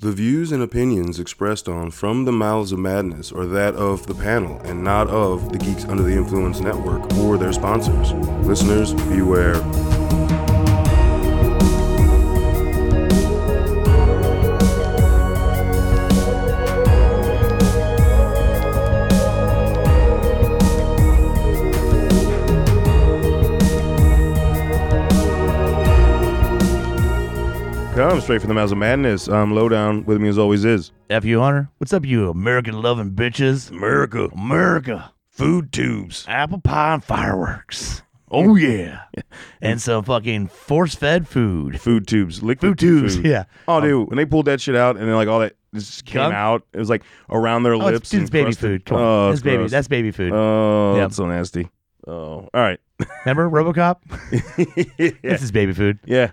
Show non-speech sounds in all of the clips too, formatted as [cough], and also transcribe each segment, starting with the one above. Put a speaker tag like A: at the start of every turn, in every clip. A: The views and opinions expressed on From the Mouths of Madness are that of the panel and not of the Geeks Under the Influence Network or their sponsors. Listeners, beware. Come straight from the Mouths of Madness. I'm Lowdown. With me as always is.
B: F you, Hunter. What's up, you American loving bitches?
C: America.
B: America.
C: Food tubes.
B: Apple pie and fireworks.
A: [laughs]
B: Oh, yeah. and some fucking force fed food.
A: Food tubes. Liquid
B: Food tubes. Yeah. Um,
A: Oh, dude, when they pulled that shit out and then like all that just came
B: Gum?
A: out, it was like around their
B: Oh, it's,
A: lips.
B: dude, it's
A: and
B: baby
A: crusted-
B: food. Come on.
A: Oh,
B: that's
A: it's
B: baby.
A: gross.
B: That's baby food.
A: Oh,
B: Yep.
A: that's so nasty. Oh, all
B: [laughs]
A: right. [laughs]
B: Remember Robocop?
A: yeah.
B: This is baby food.
A: yeah.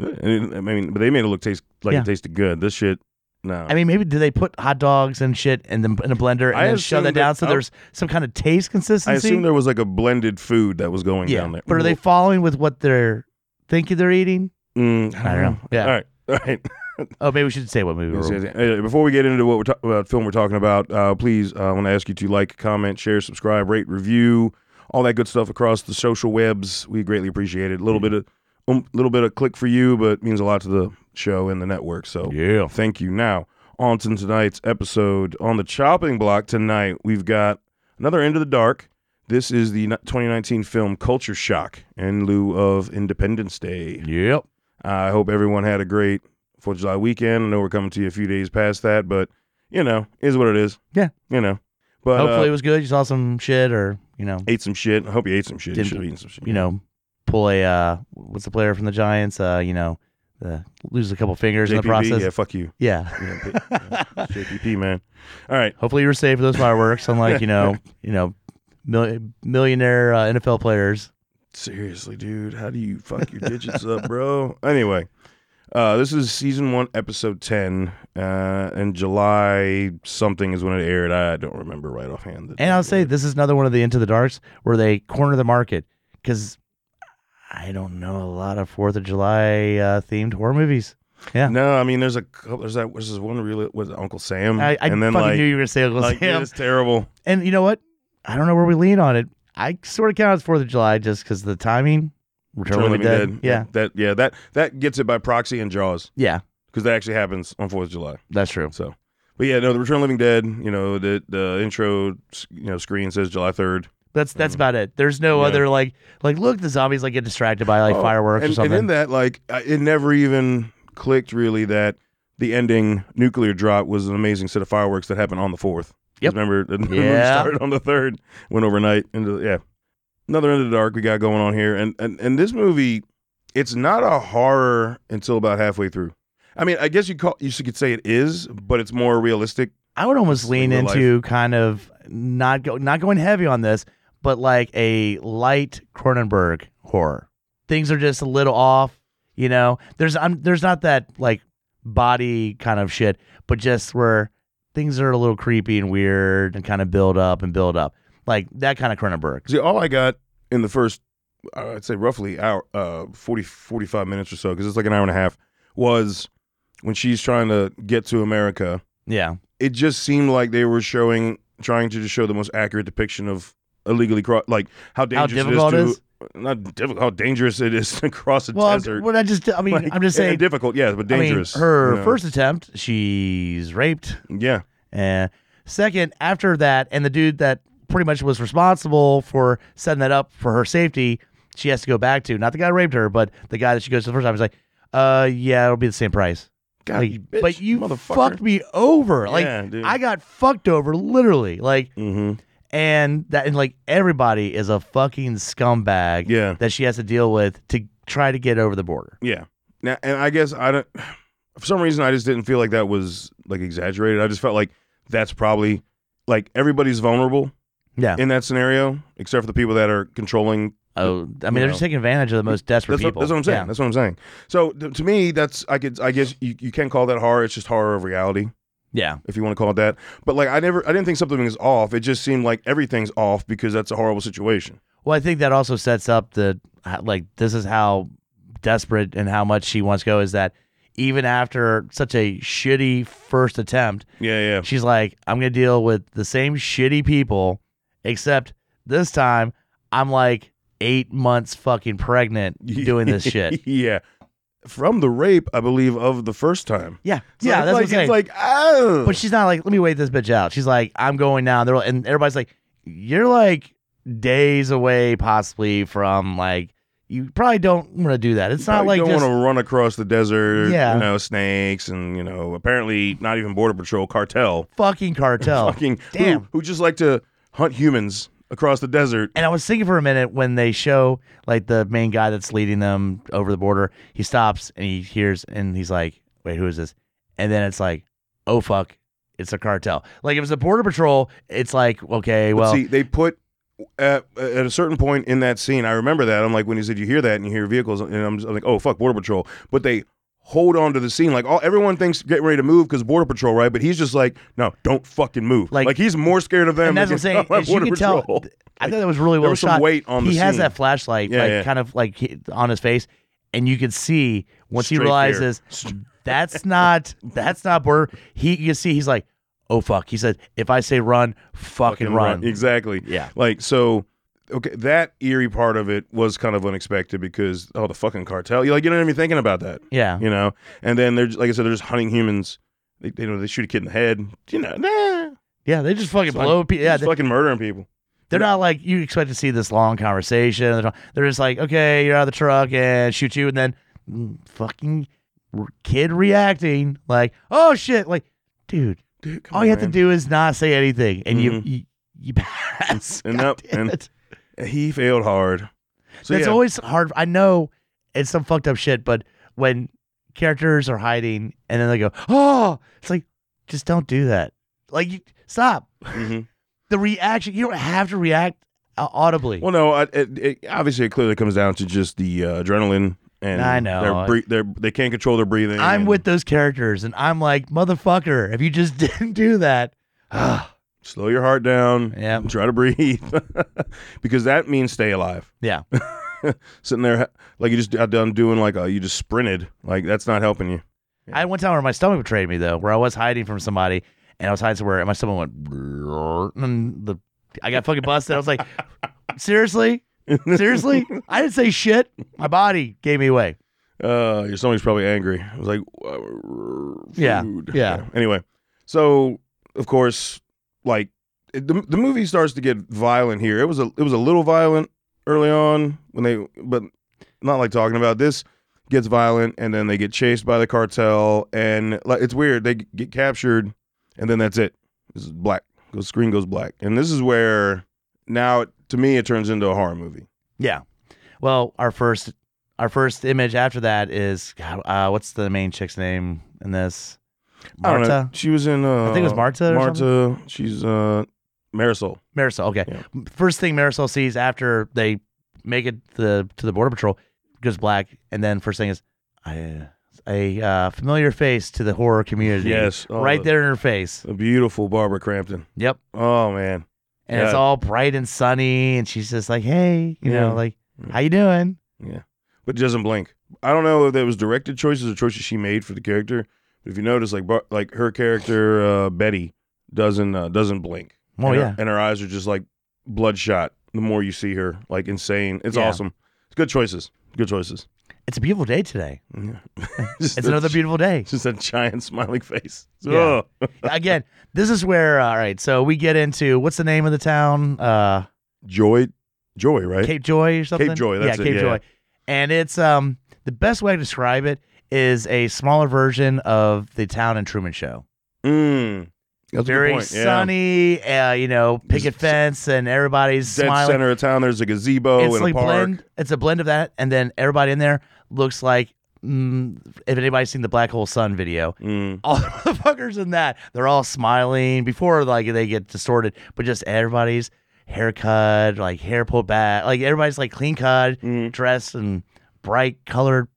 A: I mean, I mean, but they made it look taste like
B: Yeah.
A: it tasted good. This shit, no.
B: I mean, maybe do they put hot dogs and shit in, the, in a blender and
A: I
B: then shove
A: assume
B: that down
A: that-
B: so
A: I-
B: there's some kind of taste consistency?
A: I assume there was like a blended food that was going
B: yeah.
A: down there.
B: But are they following with what they're thinking they're eating?
A: Mm, I
B: I don't know. Yeah.
A: All right. [laughs] All right.
B: Oh, maybe we should say what movie we're
A: Uh, Before we get into what we're ta- uh, film we're talking about, uh, please, uh, I want to ask you to like, comment, share, subscribe, rate, review, all that good stuff across the social webs. We greatly appreciate it. A
B: Mm-hmm.
A: little bit of, um, little bit of click for you, but it means a lot to the show and the network. So
B: Yeah.
A: thank you. Now on to tonight's episode. On the chopping block tonight, we've got another End of the Dark. This is the ni- 2019 film Culture Shock in lieu of Independence Day.
B: Yep.
A: I hope everyone had a great Fourth of July weekend. I know we're coming to you a few days past that, but you know, is what it is.
B: Yeah.
A: you know. But
B: Hopefully it
A: uh,
B: was good. You saw some shit or, you know,
A: ate some shit. I hope you ate some shit. You
B: Didn't-
A: should have eaten some shit.
B: you know, pull a, uh, what's the player from the Giants? Uh, you know, uh, lose a couple fingers in the
A: JPP, yeah,
B: process.
A: fuck you,
B: Yeah.
A: yeah, p- yeah,
B: [laughs]
A: JPP man. All right,
B: Hopefully you were safe for those fireworks, unlike,
A: [laughs]
B: you know, you know, mil- millionaire uh, NFL players.
A: seriously, dude, how do you fuck your digits up, bro? [laughs] Anyway, uh, this is season one, episode ten, uh, and July something is when it aired. I don't remember right offhand.
B: And I'll say this is another one of the Into the Darks where they corner the market because I don't know a lot of 4th of July uh, themed horror movies. Yeah.
A: No, I mean, there's a couple. There's that. There's this one really. Was it Uncle Sam?
B: I, I
A: Mm. and then
B: fucking
A: like,
B: knew you were going to say Uncle
A: like
B: Sam.
A: it's terrible.
B: And you know what? I don't know where we lean on it. I sort of count it as Fourth of July just because the timing. Return, of the Dead. Yeah,
A: that yeah that that gets it by proxy and Jaws
B: yeah,
A: because that actually happens on Fourth of July.
B: that's true.
A: So, but yeah, no, the Return of the Living Dead. You know, the the intro s- you know screen says July third.
B: That's that's about it. There's no
A: Yeah.
B: other like like look the zombies like get distracted by like fireworks
A: Oh, and,
B: or something.
A: And in that, like, I- it never even clicked really that the ending nuclear drop was an amazing set of fireworks that happened on the fourth. 'Cause
B: Yep.
A: Remember, the [laughs] movie
B: Yeah.
A: started on the third, went overnight into yeah. Another end of the dark we got going on here, and and and this movie, it's not a horror until about halfway through. I mean, I guess you call you could say it is, but it's more realistic.
B: I would almost lean
A: real life.
B: into kind of not go not going heavy on this, but like a light Cronenberg horror. Things are just a little off, you know. There's I'm, there's not that like body kind of shit, but just where things are a little creepy and weird and kind of build up and build up. Like that kind of Cronenberg.
A: See, all I got in the first, uh, I'd say roughly hour, uh, 40, 45 minutes or so, because it's like an hour and a half, was when she's trying to get to America.
B: Yeah.
A: It just seemed like they were showing, trying to just show the most accurate depiction of illegally cross, like how
B: How
A: dangerous
B: difficult
A: it
B: it
A: is
B: is?
A: to, not difficult, how dangerous it is [laughs] to cross a
B: Well,
A: desert.
B: I'm, well, I just I mean,
A: Like,
B: I'm just
A: and- and
B: saying
A: difficult, yeah, but dangerous.
B: I mean, her
A: you know?
B: first attempt, she's raped.
A: yeah,
B: And second, after that, and the dude that pretty much was responsible for setting that up for her safety, she has to go back to. Not the guy who raped her, but the guy that she goes to the first time. He's like, uh, yeah, it'll be the same price.
A: God,
B: Like,
A: you bitch,
B: but you
A: motherfucker.
B: fucked me over.
A: Yeah,
B: like,
A: dude.
B: I got fucked over, literally. Like,
A: hmm
B: and that, and like, everybody is a fucking scumbag
A: yeah.
B: that she has to deal with to try to get over the border.
A: Yeah. Now, and I guess I don't. [sighs] For some reason, I just didn't feel like that was like exaggerated. I just felt like that's probably like everybody's vulnerable
B: Yeah.
A: in that scenario, except for the people that are controlling.
B: Oh, I mean,
A: You
B: they're
A: know.
B: just taking advantage of the most desperate
A: That's what,
B: people.
A: that's what I'm saying.
B: Yeah.
A: That's what I'm saying. So th- to me, that's I could I guess you, you can call that horror. It's just horror of reality,
B: yeah.
A: if you want to call it that. But like I never I didn't think something was off. It just seemed like everything's off because that's a horrible situation.
B: Well, I think that also sets up the like this is how desperate and how much she wants to go is that even after such a shitty first attempt,
A: Yeah, yeah.
B: she's like, I'm gonna deal with the same shitty people, except this time I'm like eight months fucking [laughs] pregnant doing this
A: [laughs]
B: shit.
A: yeah. From the rape, I believe, of the first time.
B: Yeah,
A: It's like,
B: yeah, that's
A: like,
B: what I'm saying.
A: It's like, oh.
B: but she's not like, let me wait this bitch out. She's like, I'm going now. And they're and everybody's like, you're like days away, possibly from like you probably don't want to do that. It's not
A: You
B: like
A: don't
B: just,
A: want to run across the desert,
B: Yeah.
A: you know, snakes and, you know, apparently not even Border Patrol, cartel.
B: fucking
A: [laughs]
B: cartel.
A: Fucking who-
B: Oh, damn.
A: Who, just like to hunt humans across the desert.
B: and I was thinking for a minute when they show like the main guy that's leading them over the border, he stops and he hears and he's like, Wait, who is this? And then it's like, Oh fuck, it's a cartel. Like if it's a border patrol, it's like, okay,
A: But
B: well
A: see, they put at, at a certain point in that scene, I remember that. I'm like, when he said you hear that and you hear vehicles, and I'm, just, I'm like, oh fuck, border patrol. But they hold on to the scene, like all everyone thinks getting ready to move because border patrol, right? But he's just like, no, don't fucking move.
B: Like-
A: Like, he's more scared of them.
B: and that's what
A: [laughs]
B: I'm
A: than
B: saying. is you
A: Border
B: can tell
A: Patrol.
B: I thought that was really
A: There
B: well
A: was some
B: shot.
A: weight on the
B: he has
A: scene.
B: that flashlight
A: Yeah,
B: like
A: yeah.
B: kind of like he- on his face and you can see once
A: Straight
B: he
A: there.
B: realizes
A: Str-
B: that's not that's not border he you see he's like, Oh fuck. He said, If I say run, fucking,
A: fucking
B: run.
A: Exactly.
B: Yeah.
A: Like so okay, that eerie part of it was kind of unexpected because oh the fucking cartel. You like you're not even thinking about that.
B: Yeah.
A: You know? And then they're just, like I said, they're just hunting humans. They they, you know they shoot a kid in the head. You know, nah.
B: Yeah, they just fucking
A: Just like-
B: blow people. Yeah,
A: just
B: they,
A: fucking murdering people.
B: are not like you expect to see this long conversation. They're just like, okay, you're out of the truck and shoot you, and then mm, fucking r- kid reacting like, oh shit, like, dude,
A: Dude, come
B: all
A: on,
B: you have
A: man.
B: to do is not say anything, and
A: Mhm.
B: you, you you [laughs] pass.
A: [laughs] And
B: God
A: that-
B: damn
A: and-
B: it.
A: He failed hard. So
B: that's
A: yeah,
B: always hard. I know it's some fucked up shit, but when characters are hiding and then they go, oh, it's like, just don't do that. Like, you, stop.
A: mhm.
B: The reaction, you don't have to react uh, audibly.
A: Well, no, I, it, it, obviously it clearly comes down to just the uh, adrenaline and
B: I know.
A: They're, bre- they're, they can't control their breathing.
B: I'm
A: and
B: with those characters, and I'm like, motherfucker, if you just [laughs] didn't do that, [sighs] ah,
A: slow your heart down.
B: yeah,
A: Try to breathe, [laughs] because that means stay alive.
B: yeah,
A: [laughs] Sitting there ha- like you just got done doing like a, you just sprinted. Like that's not helping you.
B: I had one time where my stomach betrayed me though, where I was hiding from somebody, and I was hiding somewhere, and my stomach went, "Brrr," and the I got fucking busted. I was like, [laughs] seriously, seriously, I didn't say shit. My body gave me away.
A: Uh, your stomach's probably angry. I was like,
B: Yeah,
A: food.
B: yeah.
A: Anyway, so of course, like it- the the movie starts to get violent here. It was a it was a little violent early on when they, but not like talking about this gets violent, and then they get chased by the cartel, and like it's weird. They get captured, and then that's it. This is black. The screen goes black, and this is where now to me it turns into a horror movie.
B: Yeah. Well, our first our first image after that is God, uh, what's the main chick's name in this?
A: I don't know.
B: Marta.
A: She was in. Uh,
B: I think it was Marta or
A: Marta. She's uh, Marisol.
B: Marisol. Okay.
A: Yeah.
B: First thing Marisol sees after they make it the to the border patrol goes black, and then first thing is I, a uh, familiar face to the horror community.
A: Yes. Oh,
B: right
A: the-
B: there in her face.
A: The beautiful Barbara Crampton.
B: Yep.
A: Oh man.
B: And it's
A: Yeah.
B: all bright and sunny, and she's just like, "Hey, you
A: Yeah.
B: know, like,
A: Yeah.
B: how you doing?"
A: But it doesn't blink. I don't know if that was directed choices or choices she made for the character. But if you notice, like Bar- like her character uh, Betty doesn't uh, doesn't blink.
B: Oh
A: and her-
B: yeah.
A: and her eyes are just like bloodshot. The more you see her, like insane. It's
B: Yeah.
A: awesome. It's good choices. Good choices.
B: It's a beautiful day today.
A: Yeah. [laughs]
B: It's another beautiful day.
A: Just that giant smiling face.
B: Yeah.
A: Oh.
B: Again, this is where uh, all right. So we get into what's the name of the town? Uh,
A: Joy, joy, right?
B: Cape Joy or something.
A: Joy, that's
B: yeah,
A: it,
B: Cape
A: yeah.
B: Joy. And it's um the best way to describe it is a smaller version of the town and Truman Show.
A: Mm. That's
B: Very
A: a good point. yeah.
B: sunny, uh, you know, picket
A: Just-
B: fence, and everybody's
A: Dead
B: smiling.
A: center of town. There's a gazebo
B: it's
A: and
B: like
A: a park.
B: blend. It's a blend of that, and then everybody in there looks like. Mm, if anybody's seen the Black Hole Sun video, [laughs]
A: Mm.
B: all the motherfuckers in that they're all smiling before like they get distorted but just everybody's haircut like hair pulled back like everybody's like clean cut
A: Mm.
B: dressed in bright colored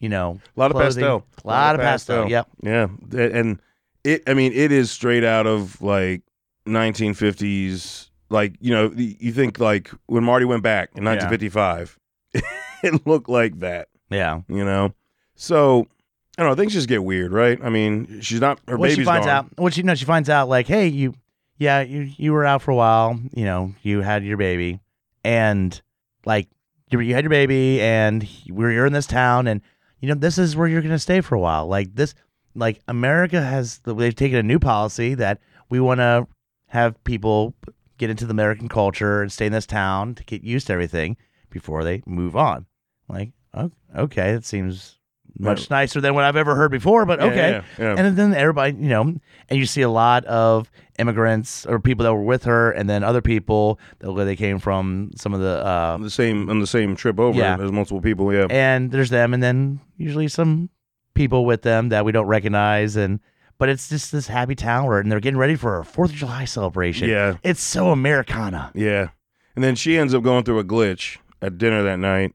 B: you know
A: A lot of
B: clothing.
A: pastel.
B: a lot, of pastel. yep
A: Yeah. Th- And it, I mean, it is straight out of like 1950s. Like, you know, y- you think like when Marty went back in
B: Yeah.
A: [laughs] 1955, it looked like that,
B: yeah
A: you know? So I don't know. Things just get weird, right? I mean, she's not her
B: well,
A: baby's
B: she finds
A: gone.
B: out. Well, she no, she finds out like, hey, you, yeah, you you were out for a while. You know, you had your baby, and like you, you had your baby, and he- we we're in this town, and you know, this is where you're gonna stay for a while. Like this, like America has they've taken a new policy that we want to have people get into the American culture and stay in this town to get used to everything before they move on. Like, oh, okay, that seems much nicer than what I've ever heard before, but
A: Yeah,
B: okay
A: yeah, yeah.
B: and then everybody, you know, and you see a lot of immigrants or people that were with her, and then other people that where they came from, some of the, uh,
A: on the same on the same trip over.
B: Yeah.
A: There's multiple people. Yeah,
B: and there's them, and then usually some people with them that we don't recognize, and but it's just this happy town where, and they're getting ready for a Fourth of July celebration.
A: yeah,
B: it's so Americana.
A: yeah. And then she ends up going through a glitch at dinner that night,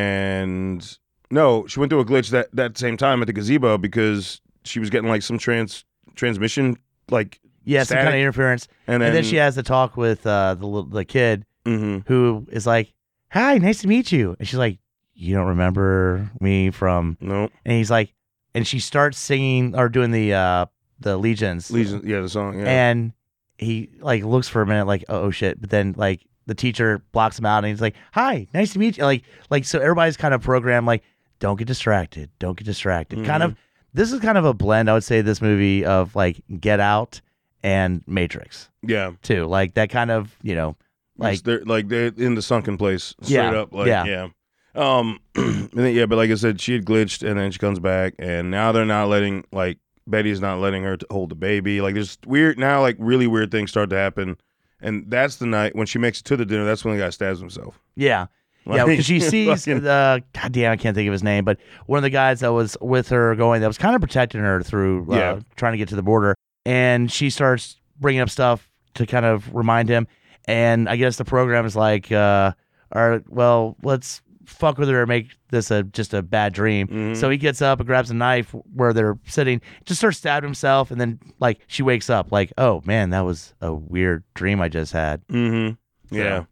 A: and no, she went through a glitch that that same time at the gazebo because she was getting like some trans transmission like,
B: Yeah, some kind of
A: Static.
B: interference,
A: and
B: and,
A: then,
B: then she has to talk with uh, the little, the kid
A: Mhm.
B: who is like, "Hi, nice to meet you," and she's like, "You don't remember me from."
A: no
B: and he's like, and she starts singing or doing the uh the legions,
A: Legion. Yeah, the song. Yeah,
B: and he like looks for a minute like oh, oh shit, but then like the teacher blocks him out and he's like hi nice to meet you like like so everybody's kind of programmed like don't get distracted don't get distracted
A: Mm-hmm.
B: kind of this is kind of a blend I would say this movie of like Get Out and Matrix
A: yeah.
B: too like that kind of you know
A: Yes,
B: like
A: they're like they're in the sunken place straight
B: Yeah,
A: up like yeah,
B: yeah.
A: um [clears throat] and then, yeah but like i said she had glitched and then she comes back and now they're not letting like betty's not letting her to hold the baby like there's weird now like really weird things start to happen and that's the night when she makes it to the dinner that's when the guy stabs himself
B: yeah yeah,
A: Like, [laughs]
B: because she sees
A: fucking-
B: the God damn, I can't think of his name, but one of the guys that was with her going, that was kind of protecting her through uh,
A: Yeah.
B: trying to get to the border, and she starts bringing up stuff to kind of remind him, and I guess the program is like, uh, all right, well, let's fuck with her and make this a just a bad dream.
A: Mhm.
B: So he gets up and grabs a knife where they're sitting, just starts stabbing himself, and then like she wakes up, like, oh man, that was a weird dream I just had.
A: Mm-hmm.
B: So-
A: Yeah.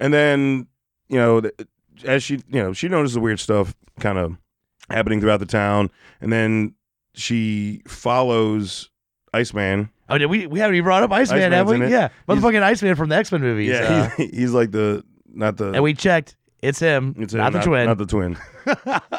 A: And then, you know, th- as she, you know, she notices the weird stuff kind of happening throughout the town. And then she follows Iceman.
B: Oh, did we we haven't even brought up Iceman, have
A: Iceman's in
B: we?
A: it.
B: Yeah,
A: He's-
B: motherfucking Iceman from the X Men movies. uh,
A: Yeah. [laughs] He's, he's like the, not the,
B: and we checked. It's him,
A: it's a-
B: not the twin.
A: Not the
B: [laughs]
A: twin.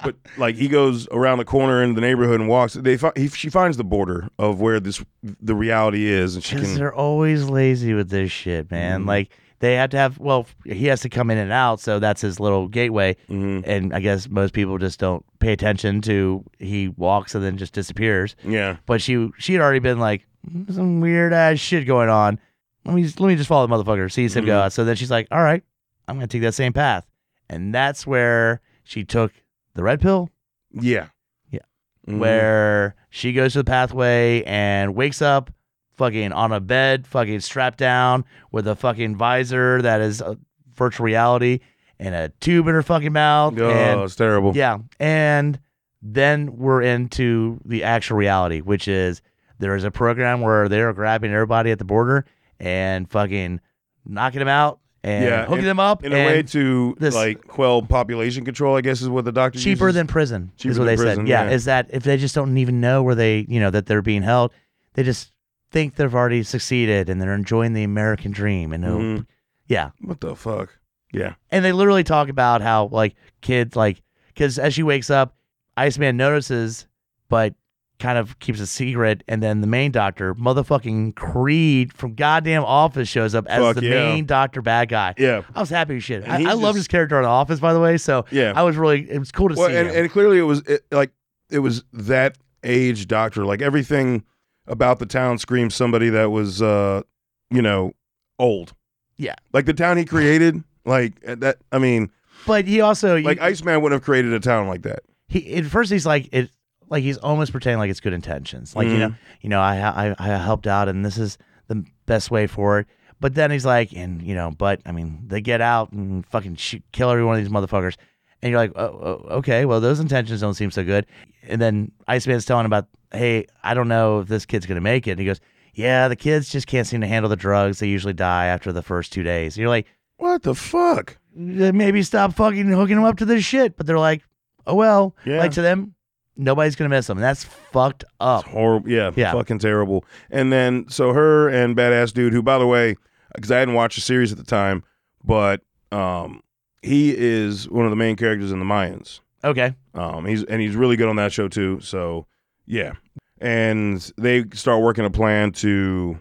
A: but like he goes around the corner into the neighborhood and walks. They fi- he, She finds the border of where this, the reality is. And she
B: Because
A: can,
B: they're always lazy with this shit, man.
A: Mhm.
B: Like they have to have. Well, he has to come in and out, so that's his little gateway.
A: Mhm.
B: And I guess most people just don't pay attention to he walks and then just disappears.
A: yeah.
B: But she she had already been like "Mm, some weird ass shit going on. Let me just, let me just follow the motherfucker. Sees him go
A: Mhm.
B: out. So then she's like, all right, I'm gonna take that same path. And that's where she took the red pill.
A: Yeah.
B: Yeah.
A: Mhm.
B: where she goes to the pathway and wakes up fucking on a bed, fucking strapped down with a fucking visor that is uh, virtual reality and a tube in her fucking mouth.
A: Oh,
B: and,
A: it's terrible.
B: yeah. And then we're into the actual reality, which is there is a program where they're grabbing everybody at the border and fucking knocking them out and
A: Yeah,
B: hooking them up
A: in a
B: and
A: way to
B: this-
A: like quell population control, I guess is what the doctor
B: cheaper
A: uses.
B: than prison
A: Cheaper
B: is what
A: than
B: they
A: prison,
B: said yeah,
A: yeah.
B: is that if they just don't even know where they you know that they're being held they just think they've already succeeded and they're enjoying the american dream and hope.
A: Mhm.
B: yeah
A: What the fuck? Yeah.
B: and they literally talk about how like kids like because as she wakes up iceman notices but kind of keeps a secret and then the main doctor motherfucking creed from goddamn office shows up as
A: Fuck
B: the
A: yeah.
B: main doctor bad guy
A: Yeah.
B: i was happy as shit
A: And
B: i, I
A: he's
B: loved
A: just-
B: his character on the office by the way so
A: Yeah.
B: i was really it was cool to
A: well,
B: see
A: and,
B: him.
A: and clearly it was it, like it was that age doctor. Like everything about the town screams somebody that was, uh, you know, old.
B: Yeah.
A: Like the town he created. Like uh, that. I mean,
B: but he also you-
A: like Iceman wouldn't have created a town like that.
B: he at first he's like it like he's almost pretending like it's good intentions like you know you know I, I i helped out and this is the best way forward but then he's like and you know but i mean they get out and fucking shoot, kill every one of these motherfuckers and you're like oh, oh, okay well those intentions don't seem so good and then iceman's telling about hey i don't know if this kid's gonna make it and he goes yeah the kids just can't seem to handle the drugs they usually die after the first two days and you're like
A: What the fuck?
B: "Eh, maybe stop fucking hooking them up to this shit but they're like oh well
A: Yeah.
B: like to them, Nobody's gonna miss them. That's fucked up.
A: It's horrible. Yeah,
B: Yeah.
A: fucking terrible. And then so her and badass dude, who by the way, because I hadn't watched the series at the time, but um, he is one of the main characters in the Mayans.
B: Okay.
A: Um, he's and he's really good on that show too. So yeah, and they start working a plan to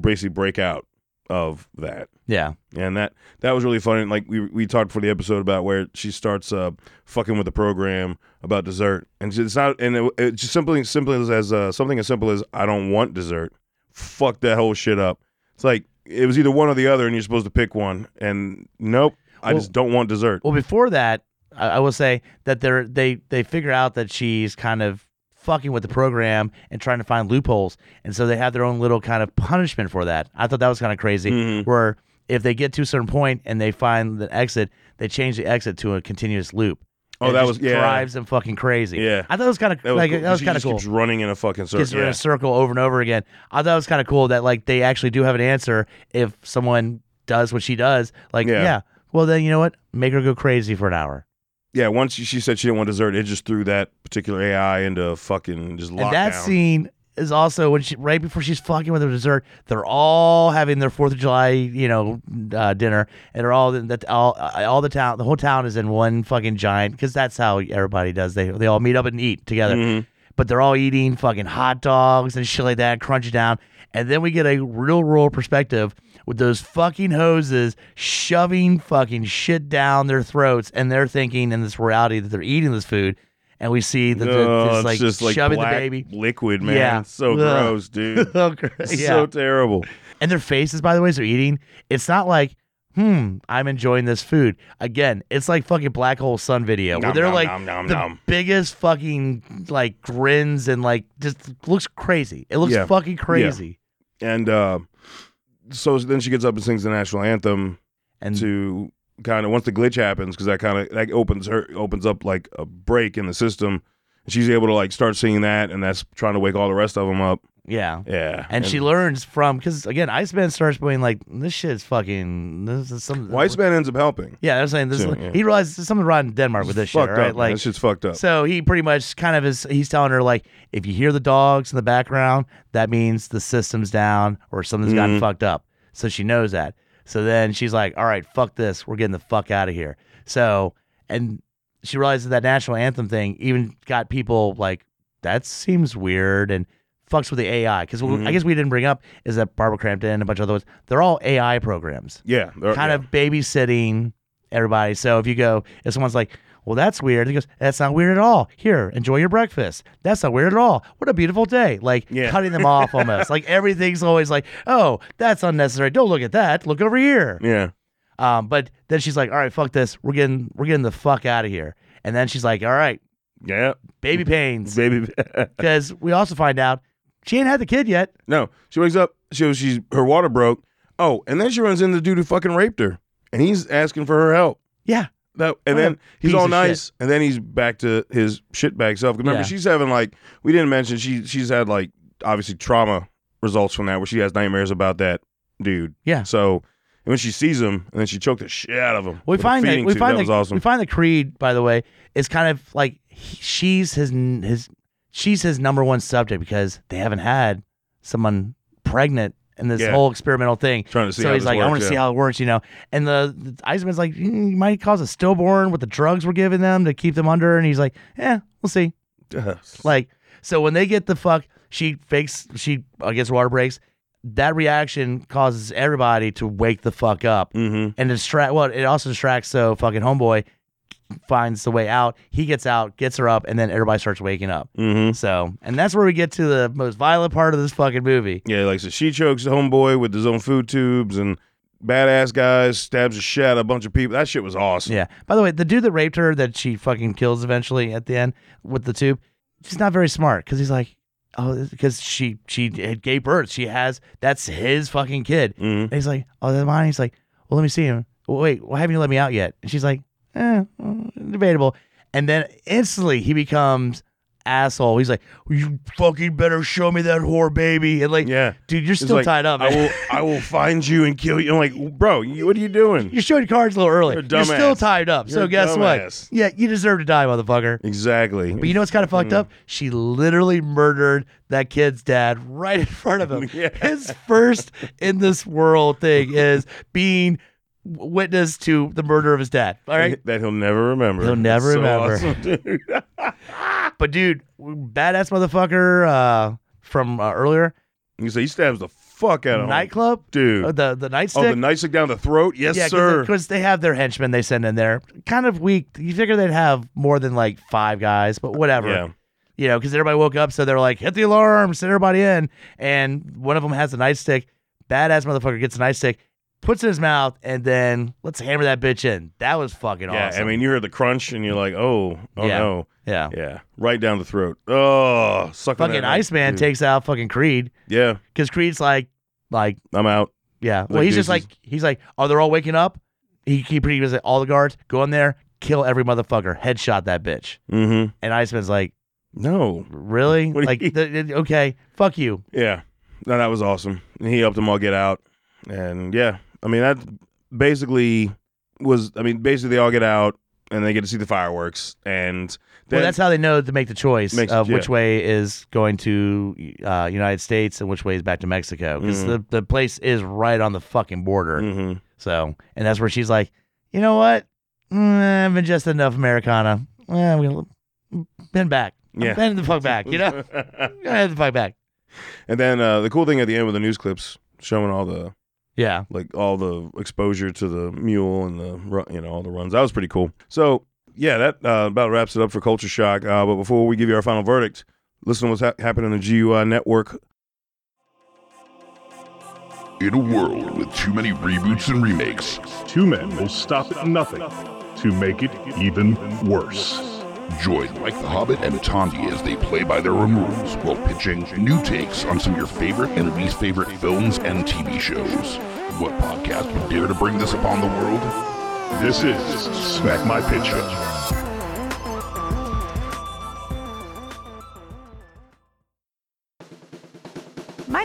A: basically break out of that.
B: Yeah.
A: And that that was really fun. And like we we talked for the episode about where she starts uh fucking with the program about dessert, and it's not and it, it's just simply simple as- as uh, something as simple as I don't want dessert. Fuck that whole shit up. It's like it was either one or the other, and you're supposed to pick one. And nope, I
B: Well-
A: just don't want dessert.
B: Well, before that, I, I will say that they're they they figure out that she's kind of fucking with the program and trying to find loopholes, and so they have their own little kind of punishment for that. I thought that was kind of crazy.
A: Mhm.
B: Where if they get to a certain point and they find the exit, they change the exit to a continuous loop.
A: Oh,
B: And it
A: that
B: just
A: was- yeah.
B: drives them fucking crazy.
A: Yeah.
B: I thought it was kind of
A: That was
B: like
A: cool.
B: that was
A: She
B: kind of
A: just
B: cool.
A: Keeps running in a fucking circle.
B: Gets
A: yeah.
B: in a circle over and over again. I thought it was kind of cool that like they actually do have an answer if someone does what she does. Like,
A: Yeah.
B: yeah. well then you know what? Make her go crazy for an hour.
A: Yeah, once she, she said she didn't want dessert, it just threw that particular AI into fucking just lockdown.
B: And that scene is also when she right before she's fucking with her dessert, they're all having their Fourth of July, you know, uh, dinner, and they're all that all uh, all the town, the whole town is in one fucking giant because that's how everybody does. They they all meet up and eat together,
A: Mm-hmm.
B: but they're all eating fucking hot dogs and shit like that, crunchy down, and then we get a real rural perspective with those fucking hoses shoving fucking shit down their throats, and they're thinking in this reality that they're eating this food. And we see that the,
A: Oh,
B: this,
A: it's
B: like
A: just like
B: shoving
A: black
B: the baby
A: liquid, man.
B: Yeah.
A: It's so
B: Ugh.
A: gross, [laughs] dude.
B: [laughs] Oh, gr-
A: It's
B: yeah.
A: So terrible.
B: and their faces, by the way, as they're eating, it's not like, hmm, I'm enjoying this food. Again, it's like fucking black hole sun video where
A: Nom,
B: they're
A: nom,
B: like
A: nom, nom,
B: the
A: nom.
B: biggest fucking like grins and like just looks crazy. It looks
A: Yeah.
B: fucking crazy.
A: And uh, so then she gets up and sings the national anthem
B: And
A: to kind of once the glitch happens because that kind of that opens her opens up like a break in the system. She's able to like start singing that, and that's trying to wake all the rest of them up.
B: yeah.
A: Yeah,
B: And, she learns from because again, Iceman starts being like, "This shit is fucking. This is some
A: White Man ends up helping.
B: Yeah, they're saying this.
A: Soon,
B: is,
A: yeah.
B: He realizes there's something wrong in Denmark with this
A: It's
B: shit,
A: fucked
B: right?
A: up.
B: Like
A: that shit's fucked up.
B: So he pretty much kind of is he's telling her like if you hear the dogs in the background, that means the system's down or something's gotten
A: Mhm.
B: fucked up. So she knows that. So then she's like, All right, fuck this. We're getting the fuck out of here. So and she realizes that national anthem thing even got people like, That seems weird and fucks with the AI. Because I
A: Mhm.
B: guess we didn't bring up is that Barbara Crampton and a bunch of other ones, they're all AI programs
A: yeah, they're-
B: kind
A: Oh, yeah.
B: of babysitting everybody. So if you go, if someone's like, well, that's weird. He goes, that's not weird at all. Here, enjoy your breakfast. That's not weird at all. What a beautiful day. Like
A: Yeah. [laughs]
B: cutting them off almost. like everything's always like, oh, that's unnecessary. Don't look at that. Look over here.
A: yeah.
B: Um, but then she's like, all right, fuck this. We're getting, we're getting the fuck out of here. And then she's like, all right, [laughs]
A: Yeah,
B: baby pains.
A: baby. [laughs]
B: Because we also find out she ain't had the kid yet.
A: no, she wakes up. She she's her water broke. Oh, and then she runs into the dude who fucking raped her, and he's asking for her help.
B: Yeah.
A: That, and
B: What a
A: then he's
B: piece
A: all
B: of
A: nice, and then he's back to his shitbag self. Remember,
B: Yeah.
A: she's having like we didn't mention she she's had like obviously trauma results from that, where she has nightmares about that dude.
B: Yeah.
A: So and when she sees him, and then she choked the shit out of him.
B: We
A: with a
B: find that
A: feeding
B: we
A: tube.
B: find
A: that
B: that,
A: was awesome.
B: we find that Creed, by the way, is kind of like he, she's his n- his she's his number one subject because they haven't had someone pregnant in this
A: Yeah.
B: whole experimental thing.
A: Trying to see
B: so
A: how
B: he's
A: this
B: like, I
A: works,
B: want to
A: yeah.
B: see how it works, you know. And the, the Eisenman's like, "Mm, you might cause a stillborn with the drugs we're giving them to keep them under, and he's like, yeah, we'll see.
A: [laughs]
B: Like, so when they get the fuck, she fakes, she uh, gets water breaks. That reaction causes everybody to wake the fuck up
A: hmm
B: and distract. Well, it also distracts. So fucking homeboy finds the way out. He gets out, gets her up, and then everybody starts waking up.
A: hmm
B: So, and that's where we get to the most violent part of this fucking movie.
A: Yeah, like so she chokes the homeboy with his own food tubes and badass guys stabs the shit out of a bunch of people. That shit was awesome.
B: Yeah. By the way, the dude that raped her that she fucking kills eventually at the end with the tube, she's not very smart because he's like, oh, because she she had gave birth. She has that's his fucking kid.
A: hmm
B: And he's like, oh, that's mine. He's like, well, let me see him. Well, wait, why haven't you let me out yet? And she's like, eh, mm, debatable. And then instantly he becomes asshole. He's like, you fucking better show me that whore baby. And like,
A: Yeah.
B: dude, you're
A: It's
B: still
A: like,
B: tied up.
A: I
B: man.
A: will, I will find you and kill you. I'm like, bro, you, what are you doing?
B: You're showing your cards a little early.
A: You're a
B: You're still
A: dumbass.
B: tied up.
A: You're
B: so
A: a
B: guess
A: dumbass.
B: what? Yeah, you deserve to die, motherfucker.
A: Exactly.
B: But you know what's kind of
A: Mm-hmm.
B: fucked up? She literally murdered that kid's dad right in front of him.
A: [laughs] Yeah.
B: His first in this
A: [laughs]
B: world thing is being w- witness to the murder of his dad. All right.
A: [laughs] that he'll never remember.
B: He'll never
A: It's so
B: remember.
A: awesome, [laughs] dude.
B: But dude, badass motherfucker uh, from uh, earlier
A: you say he stabs the fuck out of him.
B: nightclub,
A: Dude.
B: Uh, the the
A: oh, the
B: nightstick.
A: nightstick down the throat? Yes,
B: yeah,
A: sir.
B: because they have their henchmen they send in there. Kind of weak. You figure they'd have more than like five guys, but whatever.
A: Yeah.
B: You know, because everybody woke up, so they're like, hit the alarm, send everybody in. And one of them has a nightstick. Badass motherfucker gets a nightstick, puts it in his mouth, and then let's hammer that bitch in. That was fucking
A: Yeah,
B: awesome.
A: I mean, you heard the crunch and you're like, oh, oh
B: Yeah.
A: no.
B: yeah.
A: Yeah, right down the throat. Oh, sucking
B: Fucking
A: that
B: Iceman
A: dude.
B: takes out fucking Creed
A: Yeah,
B: because Creed's like, like,
A: I'm out.
B: Yeah. Well,
A: Like
B: he's just
A: deuces.
B: like he's like, oh, they're all waking up. He he pretty much like, all the guards go in there, kill every motherfucker, headshot that bitch.
A: Mm-hmm.
B: And Iceman's like,
A: No.
B: really?
A: What do
B: Like,
A: you-
B: th- th- okay, fuck you.
A: Yeah. No, that was awesome. And he helped them all get out. And yeah, I mean that basically was. I mean, basically they all get out and they get to see the fireworks. And
B: Well,
A: then-
B: that's how they know to make the choice
A: Makes-
B: of
A: yeah.
B: which way is going to uh, United States and which way is back to Mexico because
A: Mhm.
B: the the place is right on the fucking border.
A: Mhm.
B: So, and that's where she's like, you know what? Mm, I've been just enough Americana. Eh, I'm gonna bend back.
A: Yeah.
B: bend the fuck back. You know,
A: [laughs]
B: bend the fuck back.
A: and then uh, the cool thing at the end with the news clips showing all the
B: Yeah.
A: like all the exposure to the mule and the ru- you know all the runs. That was pretty cool. So yeah, that uh, about wraps it up for Culture Shock. Uh, but before we give you our final verdict, listen to what's ha- happening on the GUI network.
C: In a world with too many reboots and remakes,
D: Two men will stop at nothing to make it even worse.
C: join Mike the Hobbit and Tandy as they play by their own rules while pitching new takes on some of your favorite and least favorite films and TV shows. What podcast would dare to bring this upon the world?
D: This is Smack My Pitch Up.
E: My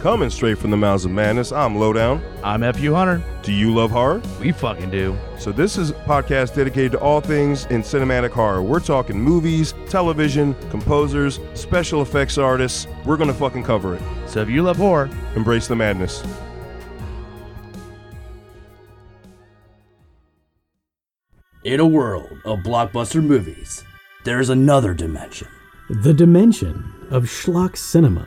A: Coming straight from the mouths of madness, I'm Lowdown.
B: I'm FU Hunter.
A: Do you love horror?
B: We fucking do.
A: So this is a podcast dedicated to all things in cinematic horror. We're talking movies, television, composers, special effects artists. We're gonna fucking cover it.
B: So if you love horror,
A: Embrace the madness.
F: In a world of blockbuster movies, there's another dimension.
G: The dimension of schlock cinema.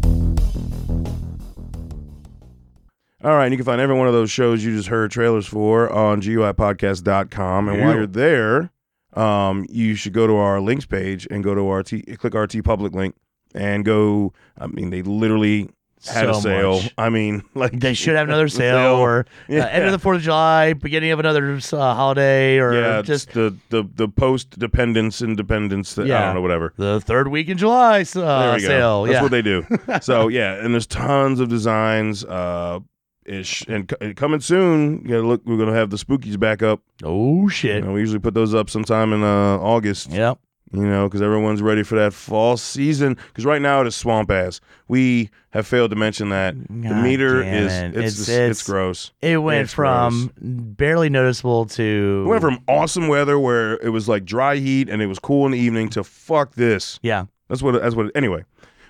A: All right, and you can find every one of those shows you just heard trailers for on GUIPodcast.com. And while you're there, um, you should go to our links page and go to our T, click our T public link and go. I mean, they literally had
B: So
A: a sale.
B: much.
A: I mean, [laughs] like
B: they should
A: [laughs]
B: have another sale or uh,
A: Yeah.
B: end of the Fourth of July, beginning of another uh, holiday, or
A: yeah, it's
B: just
A: the the the post dependence independence. that I
B: Yeah.
A: don't know, whatever.
B: the third week in July s- uh,
A: there we go.
B: sale.
A: That's
B: yeah,
A: what they
B: [laughs]
A: do. so yeah, and there's tons of designs. Uh, ish and c- coming soon. You gotta look. We're gonna have the spookies back up.
B: oh shit.
A: You know, we usually put those up sometime in uh, August,
B: Yep.
A: you know, because everyone's ready for that fall season. Because right now it is swamp ass. We have failed to mention that the
B: God
A: meter
B: damn
A: is
B: it.
A: it's
B: It's-
A: it's,
B: it's-
A: gross.
B: It went
A: It's
B: from barely noticeable to
A: It went from awesome weather where it was like dry heat and it was cool in the evening to fuck this.
B: yeah.
A: That's what. That's what. Anyway,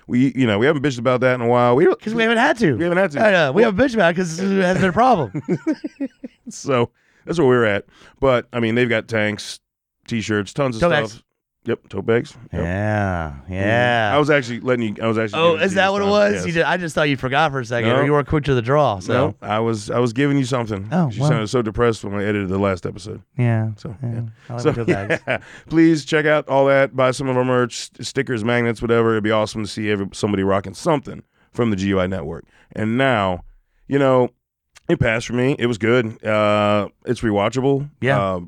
A: we you know we haven't bitched about that in a while. We
B: because we haven't had to.
A: We haven't had to.
B: I know. We haven't bitched about it because it hasn't been a problem. [laughs]
A: So that's where we're at. But I mean, they've got tanks, t-shirts, tons of
B: Tote
A: stuff.
B: bags.
A: Yep, tote bags. Yep.
B: yeah. Yeah.
A: I was actually letting you. I was actually.
B: oh,
A: giving it
B: is
A: to
B: that
A: you
B: what
A: this
B: it
A: time.
B: was?
A: Yes.
B: You did, I just thought you forgot for a second,
A: No.
B: or you were quick to the draw. So
A: No, I was. I was giving you something.
B: Oh,
A: she
B: wow.
A: sounded so depressed when I edited the last episode.
B: yeah.
A: So,
B: yeah.
A: yeah.
B: I like
A: So,
B: my tote bags.
A: yeah. please check out all that. Buy some of our merch, st- stickers, magnets, whatever. It'd be awesome to see every, somebody rocking something from the GUI network. And now, you know, it passed for me. It was good. Uh, it's rewatchable.
B: Yeah.
A: Uh,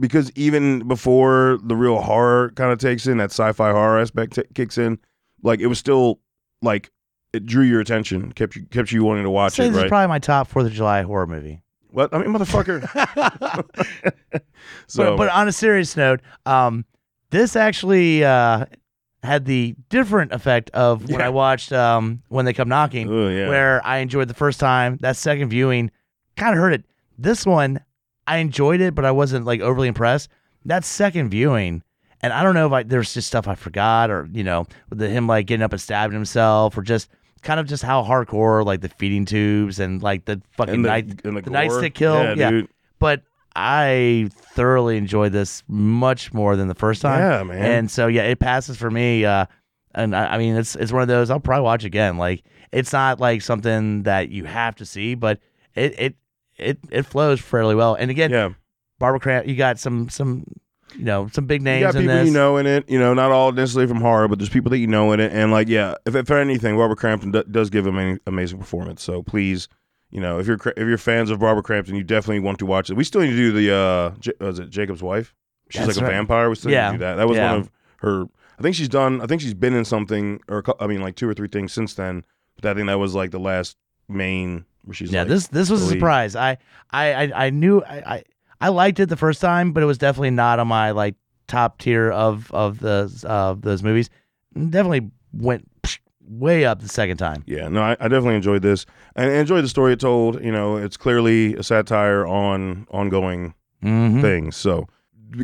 A: because even before the real horror kind of takes in, that sci-fi horror aspect t- kicks in, like it was still like it drew your attention, kept you kept you wanting to [laughs] watch
B: Say
A: it,
B: this
A: right?
B: is probably my top Fourth of July horror movie.
A: what I mean,
B: [laughs]
A: motherfucker. [laughs] so,
B: but, but on a serious note, um, this actually uh, had the different effect of when
A: Yeah.
B: I watched um, When They Come Knocking,
A: Ooh, oh, yeah.
B: where I enjoyed the first time. That second viewing kind of hurt it. This one, I enjoyed it, but I wasn't like overly impressed. That second viewing, and I don't know if I, there's just stuff I forgot or, you know, with the, him like getting up and stabbing himself or just kind of just how hardcore like the feeding tubes and like the fucking
A: and the,
B: night,
A: and the,
B: the
A: gore.
B: nightstick kill.
A: Yeah,
B: yeah
A: dude.
B: but I thoroughly enjoyed this much more than the first time.
A: Yeah, man.
B: And so yeah, it passes for me. Uh, and I, I mean, it's it's one of those I'll probably watch again. Like it's not like something that you have to see, but it it it, it flows fairly well. And again,
A: yeah.
B: Barbara Cramp, you got some some you know some big names
A: You got
B: in
A: people
B: this.
A: you know in it. You know, not all necessarily from horror, but there's people that you know in it. And like, yeah, if if for anything, Barbara Crampton d- does give an amazing performance. So please, you know, if you're cra- if you're fans of Barbara Crampton, you definitely want to watch it. We still need to do the uh, J- was it Jacob's wife? She's
B: That's
A: like a
B: right.
A: vampire. We still
B: Yeah.
A: need to do that. That was
B: Yeah.
A: one of her. I think she's done. I think she's been in something, or a cou- I mean, like two or three things since then. But I think that was like the last main where she's
B: yeah,
A: like,
B: this this was a
A: really-
B: surprise. I I I, I knew I, I I liked it the first time, but it was definitely not on my like top tier of of the of those movies. Definitely went way up the second time.
A: Yeah, no, I, I definitely enjoyed this and I enjoyed the story it told. You know, it's clearly a satire on ongoing
B: Mm-hmm.
A: things, so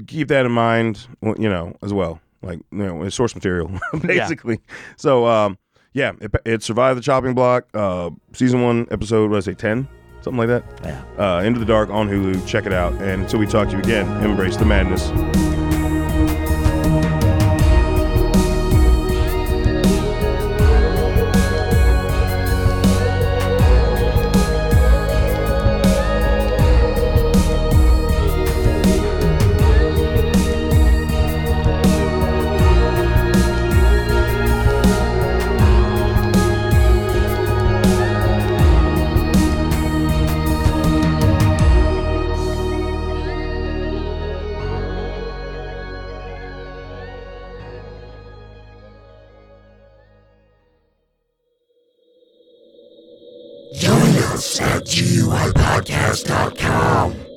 A: keep that in mind. w- You know, as well, like you know, it's source material [laughs] basically. So, um, yeah, it, it survived the chopping block. Uh, season one, episode what did I say ten, something like that.
B: Yeah.
A: Uh, Into the Dark on Hulu. Check it out. And until we talk to you again, embrace the madness.
H: Jonas at GUIPodcast.com.